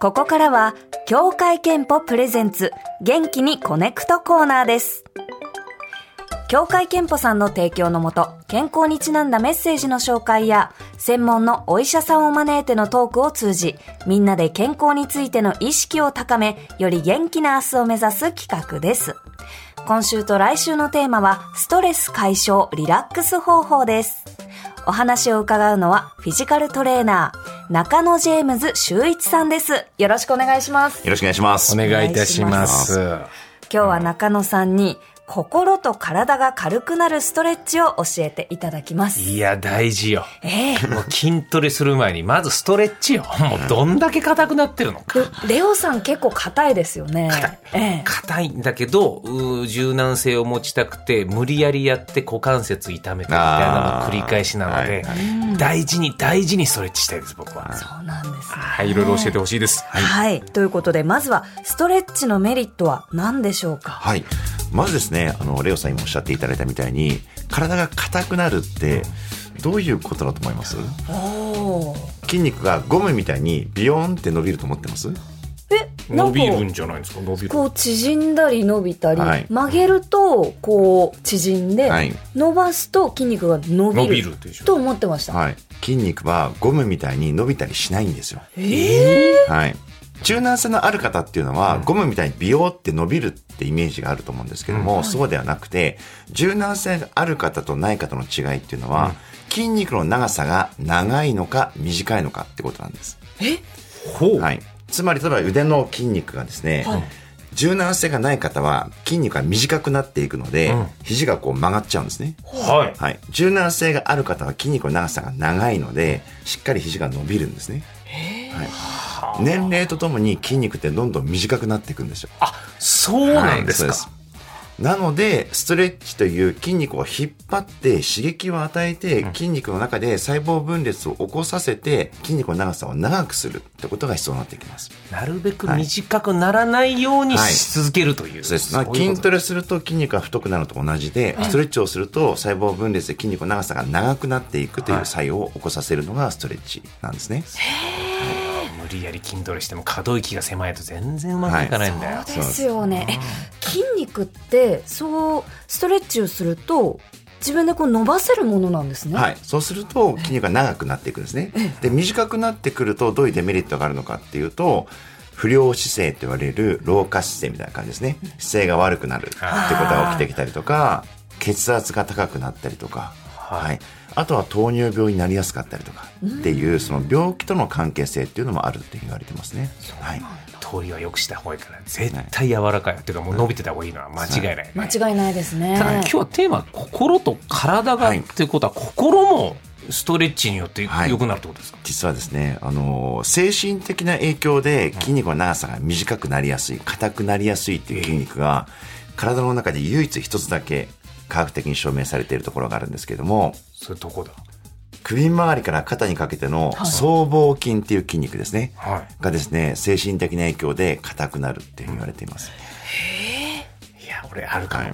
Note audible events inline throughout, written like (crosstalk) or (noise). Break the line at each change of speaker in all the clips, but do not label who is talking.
ここからは、協会憲法プレゼンツ、元気にコネクトコーナーです。協会憲法さんの提供のもと、健康にちなんだメッセージの紹介や、専門のお医者さんを招いてのトークを通じ、みんなで健康についての意識を高め、より元気な明日を目指す企画です。今週と来週のテーマは、ストレス解消リラックス方法です。お話を伺うのは、フィジカルトレーナー、中野ジェームズ修一さんです。よろしくお願いします。
よろしくお願いします。
お願いいたします。
今日は中野さんに心と体が軽くなるストレッチを教えていただきます。
いや、大事よ。
ええ
もう筋トレする前に、まずストレッチよ。もうどんだけ硬くなってるのか。
レオさん結構硬いですよね。ええ
硬いんだけど、うー柔軟性を持ちたくて、無理やりやって股関節痛めたみたいなのを繰り返しなので、
あ
大事に大事にストレッチしたいです、僕は。
そうなんですね。
はい、いろいろ教えてほしいです。
はい、ということで、まずはストレッチのメリットは何でしょうか
はい。まずですね、あの、レオさん今おっしゃっていただいたみたいに、体が硬くなるって、どういうことだと思います
おおー。
筋肉がゴムみたいにビヨーンって伸びると思ってます
え、な
伸
んか
びるんじゃないですか、伸びる。
こう縮んだり伸びたり、
はい
曲げるとこう縮んで、
はい
伸ばすと筋肉が伸びる
伸びるでしょ
と思ってました。
はい。筋肉はゴムみたいに伸びたりしないんですよ。
ええ
はい。柔軟性のある方っていうのは、ゴムみたいにビヨーって伸びるってイメージがあると思うんですけども、そうではなくて、柔軟性がある方とない方の違いっていうのは、筋肉の長さが長いのか短いのかってことなんです。
ほう。
はい、つまり例えば腕の筋肉がですね、
はい
柔軟性がない方は筋肉が短くなっていくので、
うん
肘がこう曲がっちゃうんですね、
はい。
はい、柔軟性がある方は筋肉の長さが長いのでしっかり肘が伸びるんですね、はい、年齢とともに筋肉ってどんどん短くなっていくんですよ
あ、そうなんです
は
か
い。そうなので、ストレッチという筋肉を引っ張って刺激を与えて、筋肉の中で細胞分裂を起こさせて、筋肉の長さを長くするってことが必要になってきます。
なるべく短くならないようにし続けるという。
そうです。
そういうこと
筋トレすると筋肉が太くなるのと同じで、ストレッチをすると細胞分裂で筋肉の長さが長くなっていくという作用を起こさせるのがストレッチなんですね。
無理やり筋トレしても可動域が狭いと全然うまくいかないんだよ、
そうですよね。え、筋肉って、そう、ストレッチをすると、自分でこう伸ばせるものなんですね。
はい。そうすると筋肉が長くなっていくんですね。で、短くなってくるとどういうデメリットがあるのかっていうと、不良姿勢と言われる老化姿勢みたいな感じですね。姿勢が悪くなるってことが起きてきたりとか、血圧が高くなったりとか、はい。あとは糖尿病になりやすかったりとかっていう、その病気との関係性っていうのもあるって言われてますね。はい。
通りは良くした方がいいから絶対柔らかい、っていうかもう伸びてた方がいいのは間違いないね、
間違いないですね。
ただ今日はテーマ心と体が、
はい
っていうことは心もストレッチによって
はい
良くなるってことですか、
実はですね、あの精神的な影響で筋肉の長さが短くなりやすい、硬くなりやすいっていう筋肉が、体の中で唯一一つだけ科学的に証明されているところがあるんですけれども、
それどこだ
首周りから肩にかけての僧帽筋っていう筋肉ですね。
は
がですね、精神的な影響で硬くなるって言われています。
いいや俺あるかも、
は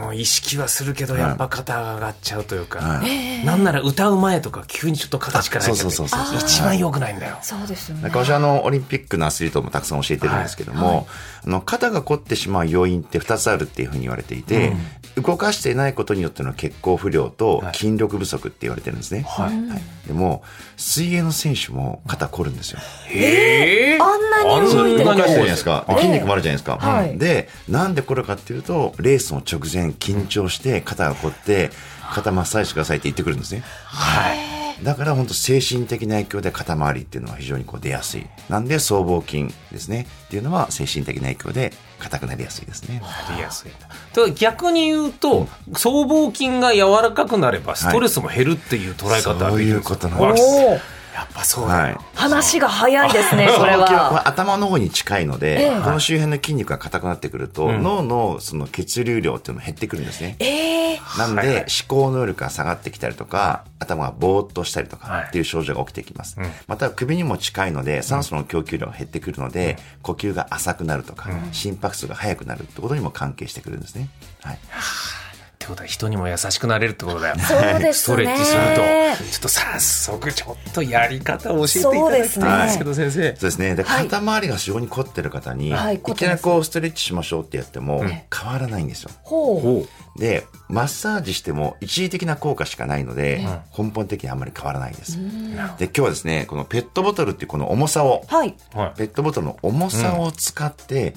もう意識はするけどやっぱ肩が上がっちゃうというか、
はい
なんなら歌う前とか急にちょっと肩力入っちゃっ
そ
て
うそうそうそう
一番良くないんだよ
そうですよね。
中尾あの、オリンピックのアスリートもたくさん教えてるんですけども、あの、肩が凝ってしまう要因って2つあるっていうふうに言われていて、動かしていないことによっての血行不良と
はい
筋力不足って言われてるんですね。
はい
はいでも、水泳の選手も肩凝るんですよ。
へえ
あんなに動いて
動
る
かしてるじゃない
で
です
す
か。
ええ
筋肉もあるじゃないですか。
はい
で、なんでこれかっていうと、レースの直前緊張して肩が凝って、肩マッサージしてくださいって言ってくるんですね。
はい
だから本当精神的な影響で肩周りっていうのは非常にこう出やすい。なんで僧帽筋ですね。っていうのは精神的な影響で硬くなりやすいですね。
やりやすいなただ逆に言うと、僧帽筋が柔らかくなればストレスも減るっていう捉え方はできるんですか
そういうこと
お
なんです
おー、
やっぱそうだ、
はい。
話が早いですね、それ
僧帽筋
は。
は頭の方に近いので、
ええ
この周辺の筋肉が硬くなってくると、
うん
脳のその血流量っていうのも減ってくるんですね。
ええ
なん
はいはい
で、思考能力が下がってきたりとか、頭がぼーっとしたりと
はい
かっていう症状が起きてきます。
うん
また、首にも近いので、酸素の供給量が減ってくるので、呼吸が浅くなるとか、心拍数が速くなるってことにも関係してくるんですね。はい。
ってことは人にも優しくなれるってことだよ
そうで
ス
す
ト
ね。
レッチするとちょっと早速ちょっとやり方を教えていただきたいんですけど先生
そうですね。で、
はい
肩周りが非常に凝ってる方に、
はい
い、
凝ってます
きなりこうストレッチしましょうってやっても、
うん
変わらないんですよ。
ほう。
ほう
で、マッサージしても一時的な効果しかないので、根本的にあんまり変わらないんです。で、今日はですね、このペットボトルっていうこの重さを、
はい。
は
ペットボトルの重さを使って、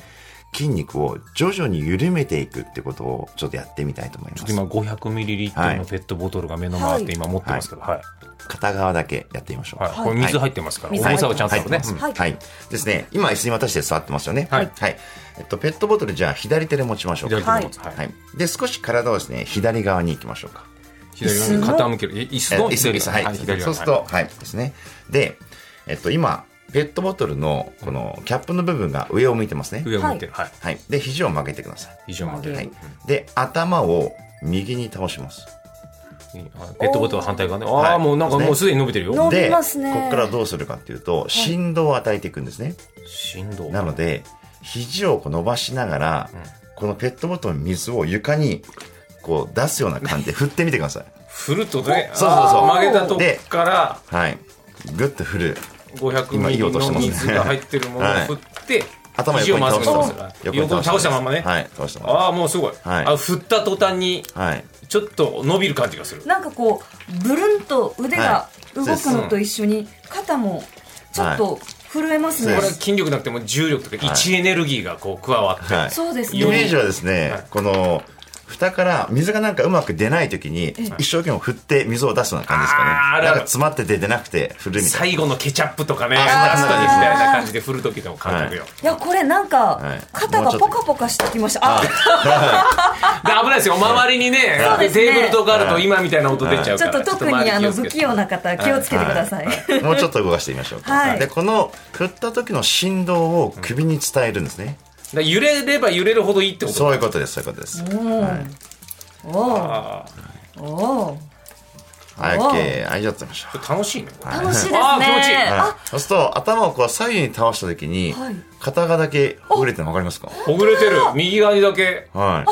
筋肉を徐々に緩めていくってことをちょっとやってみたいと思いま
い
す。
今500ミリリットルのペットボトルが目の前で今持ってますけどはい
片側だけやってみましょう。
はいこれ水入ってますから
はい
重さをちゃんと
はい、は
ね
い
はい
はいですね。今椅子に私で座ってますよね。
はい
えっとペットボトルじゃあ左手で持ちましょうか。
左手の持つ
はい
はい
で少し体をですね左側に行きましょうか。
左側に傾けるえ椅子の
え椅子
左
椅子
側
はい、
はい左側
そうするとはい、ですね。でえっと今ペットボトルのこのキャップの部分が上を向いてますね。
上を向いてるはい
はい。で肘を曲げてください。
以上まで
はい。で頭を右に倒します。
ペットボトルは反対側ねあ
は
あ
い
もうなんかもうすでに伸びてるよ
伸び
で、
ますね
ここからどうするかっていうと振動を与えていくんですね。
振動
なので、肘をこう伸ばしながら、このペットボトルの水を床にこう出すような感じで振ってみてください。
振るとね
そうそうそう
あー曲げたとこから
はい。ぐっと振る。
500
今
ミ
いい
リ
音して
の
ますね
水が入ってるものを振って、
頭
肘を
横に
まっす
倒
ぐ
した
倒
ます
から
横
横に倒したまんまね、
はい、倒したま
ああもうすごい、
はい
あ振った途端に
ま。はい。
ちょっと伸びる感じがする
なんかこう、ブルンと腕が動くのと一緒に、肩もちょっと震えますね
は
こ
いそうで。
れは筋力なくても重力とか
はい
位置エネルギーがこう加わって、
はい。
そうです
イメージ
ね。
はですね、
はい
この、蓋から水がなんかうまく出ない時に
え
一生懸命振って水を出すような感じです
あーあ
か
る
ね。
あ
な
る
んか詰まってて出なくて振るみたい
最後のケチャップとかねラ
あー
ストにみたいな感じで振る時の感覚よ、
いや、これなん
は
か
い、
肩がポカポカしてきました。あ、
で危ないですよ周りにね
そうですね
テーブルとかあると今みたいな音出ちゃう
ちょ
か
っ
ら
と特にあの不
周り気をつけて
器用な方、気をつけてください。
な。もうちょっと動かしてみましょうか。
はい
で、この振った時の振動を首に伝えるんですね。
だから揺れれば揺れるほどいいってこと
そういうことです、そういうことです。
おお
あー
おお
はい、
お
OK。はい、じゃあやってみましょう
こ。れ楽しいねこれ
はい
楽しいですね。
あー気持ちいい
あ
はいそうすると頭をこう左右に倒した時に、
はい
片側だけほぐれてるの分かりますか
ほぐれてる右側にだけ
は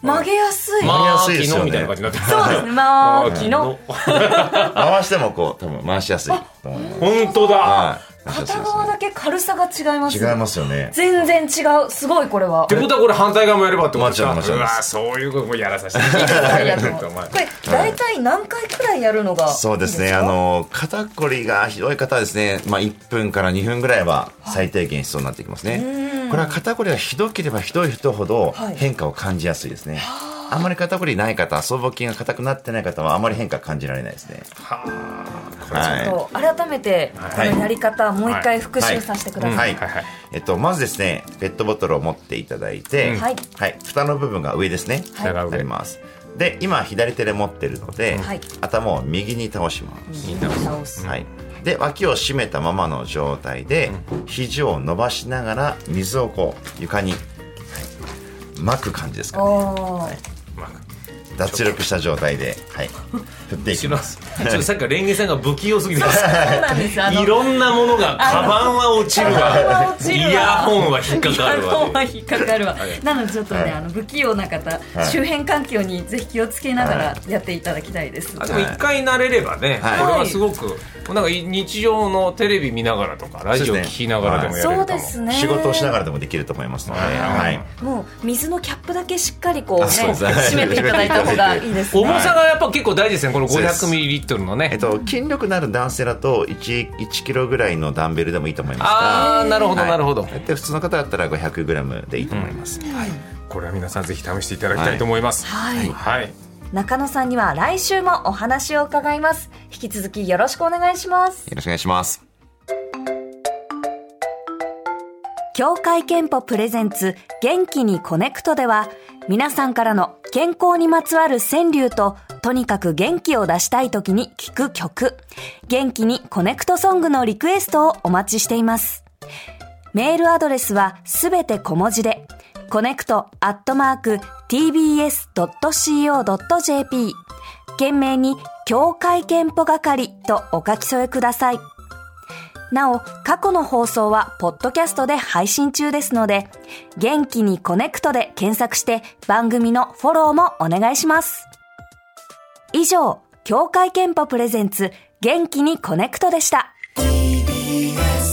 曲げやすい。
ま
まあ、
やりや
昨
すいですよ
日
ね
みたいな感じになってる
そうですね。まあ、
ー
昨日。
い。回してもこう、多分回しやすいと思います。
本当だ。
はい。回しやすい
片
です
側だけ軽さが違います。
ね違いますよね。
全然違う。すごい、これは
っ。てことはこれ反対側もやればってことです
もちろ
か。
んもちろん
う
で
わ
す
ー、そういうこともやらさせて。
ありがとう
お前
これ、大体何回くらいやるのがいいか。
そうですね。あの、肩こりがひどい方はですね、まあ1分から2分ぐらいは最低限必要になってきますね。これは肩こりがひどければひどい人ほど
はい
変化を感じやすいですね。あんまり肩こりない方、僧帽筋が硬くなってない方はあまり変化感じられないですね。は
ちょっと改めて、こ
はい
のやり方、もう一回
はい
復習させてくだ
は
さい。
い、
はいはい
えっと、まずですね、ペットボトルを持っていただいて、
んは
はいい、蓋の部分が上ですね。
はい
蓋が上
あります。で、今左手で持ってるので、
はい
頭を右に倒します。
右に倒す。
はい。で、脇を締めたままの状態で、肘を伸ばしながら、水をこう、床に、はい撒く感じですかね。
おー
まあ
脱力した状態で、
(laughs)
はい。振っていき
後
ま
ろ
す。
ちょっとさっきからレンゲさんが不器用すぎてます。
そうなんです。あの、
いろんなものが、カバンは落ちる
は
わ
落。ちるわ
イヤホンは引っかか
あ
る
の
わ。
は引っかかるわ。なのでちょっとね、
はい
あの不器用な方、
はい
周辺環境にぜひ気をつけながら
は
やっていただきたいです。
あでも一回慣れればね、こ
はい
れはすごく、なんか日常のテレビ見ながらとか、ラジオ聞きながらでもやれ
そ
る
う
か
で
も。
すね。
仕事をしながらでもできると思いますので、
はい
はい。
もう水のキャップだけしっかりこうね
あそうです
締めていただいた方がいいですね。
重さがやっぱ結構大事ですね、この
そうです
500ミリリットルのね。
えっと、筋力のある男性だと1、1キロぐらいのダンベルでもいいと思いますが、
ああ、なるほど、
はい
なるほど。
で普通の方だったら500グラムでいいと思います。はい。
これは皆さんぜひ試していただきたいと思います。
はい
はい。
中野さんには来週もお話を伺います。引き続きよろしくお願いします。
よろしくお願いします。
協会憲法プレゼンツ元気にコネクトでは皆さんからの健康にまつわる川柳ととにかく元気を出したい時に聴く曲元気にコネクトソングのリクエストをお待ちしていますメールアドレスはすべて小文字で、connect.tbs.co.jp。懸命に、協会憲法係とお書き添えください。なお、過去の放送は、ポッドキャストで配信中ですので、元気にコネクトで検索して、番組のフォローもお願いします。以上、協会憲法プレゼンツ、元気にコネクトでした。
TBS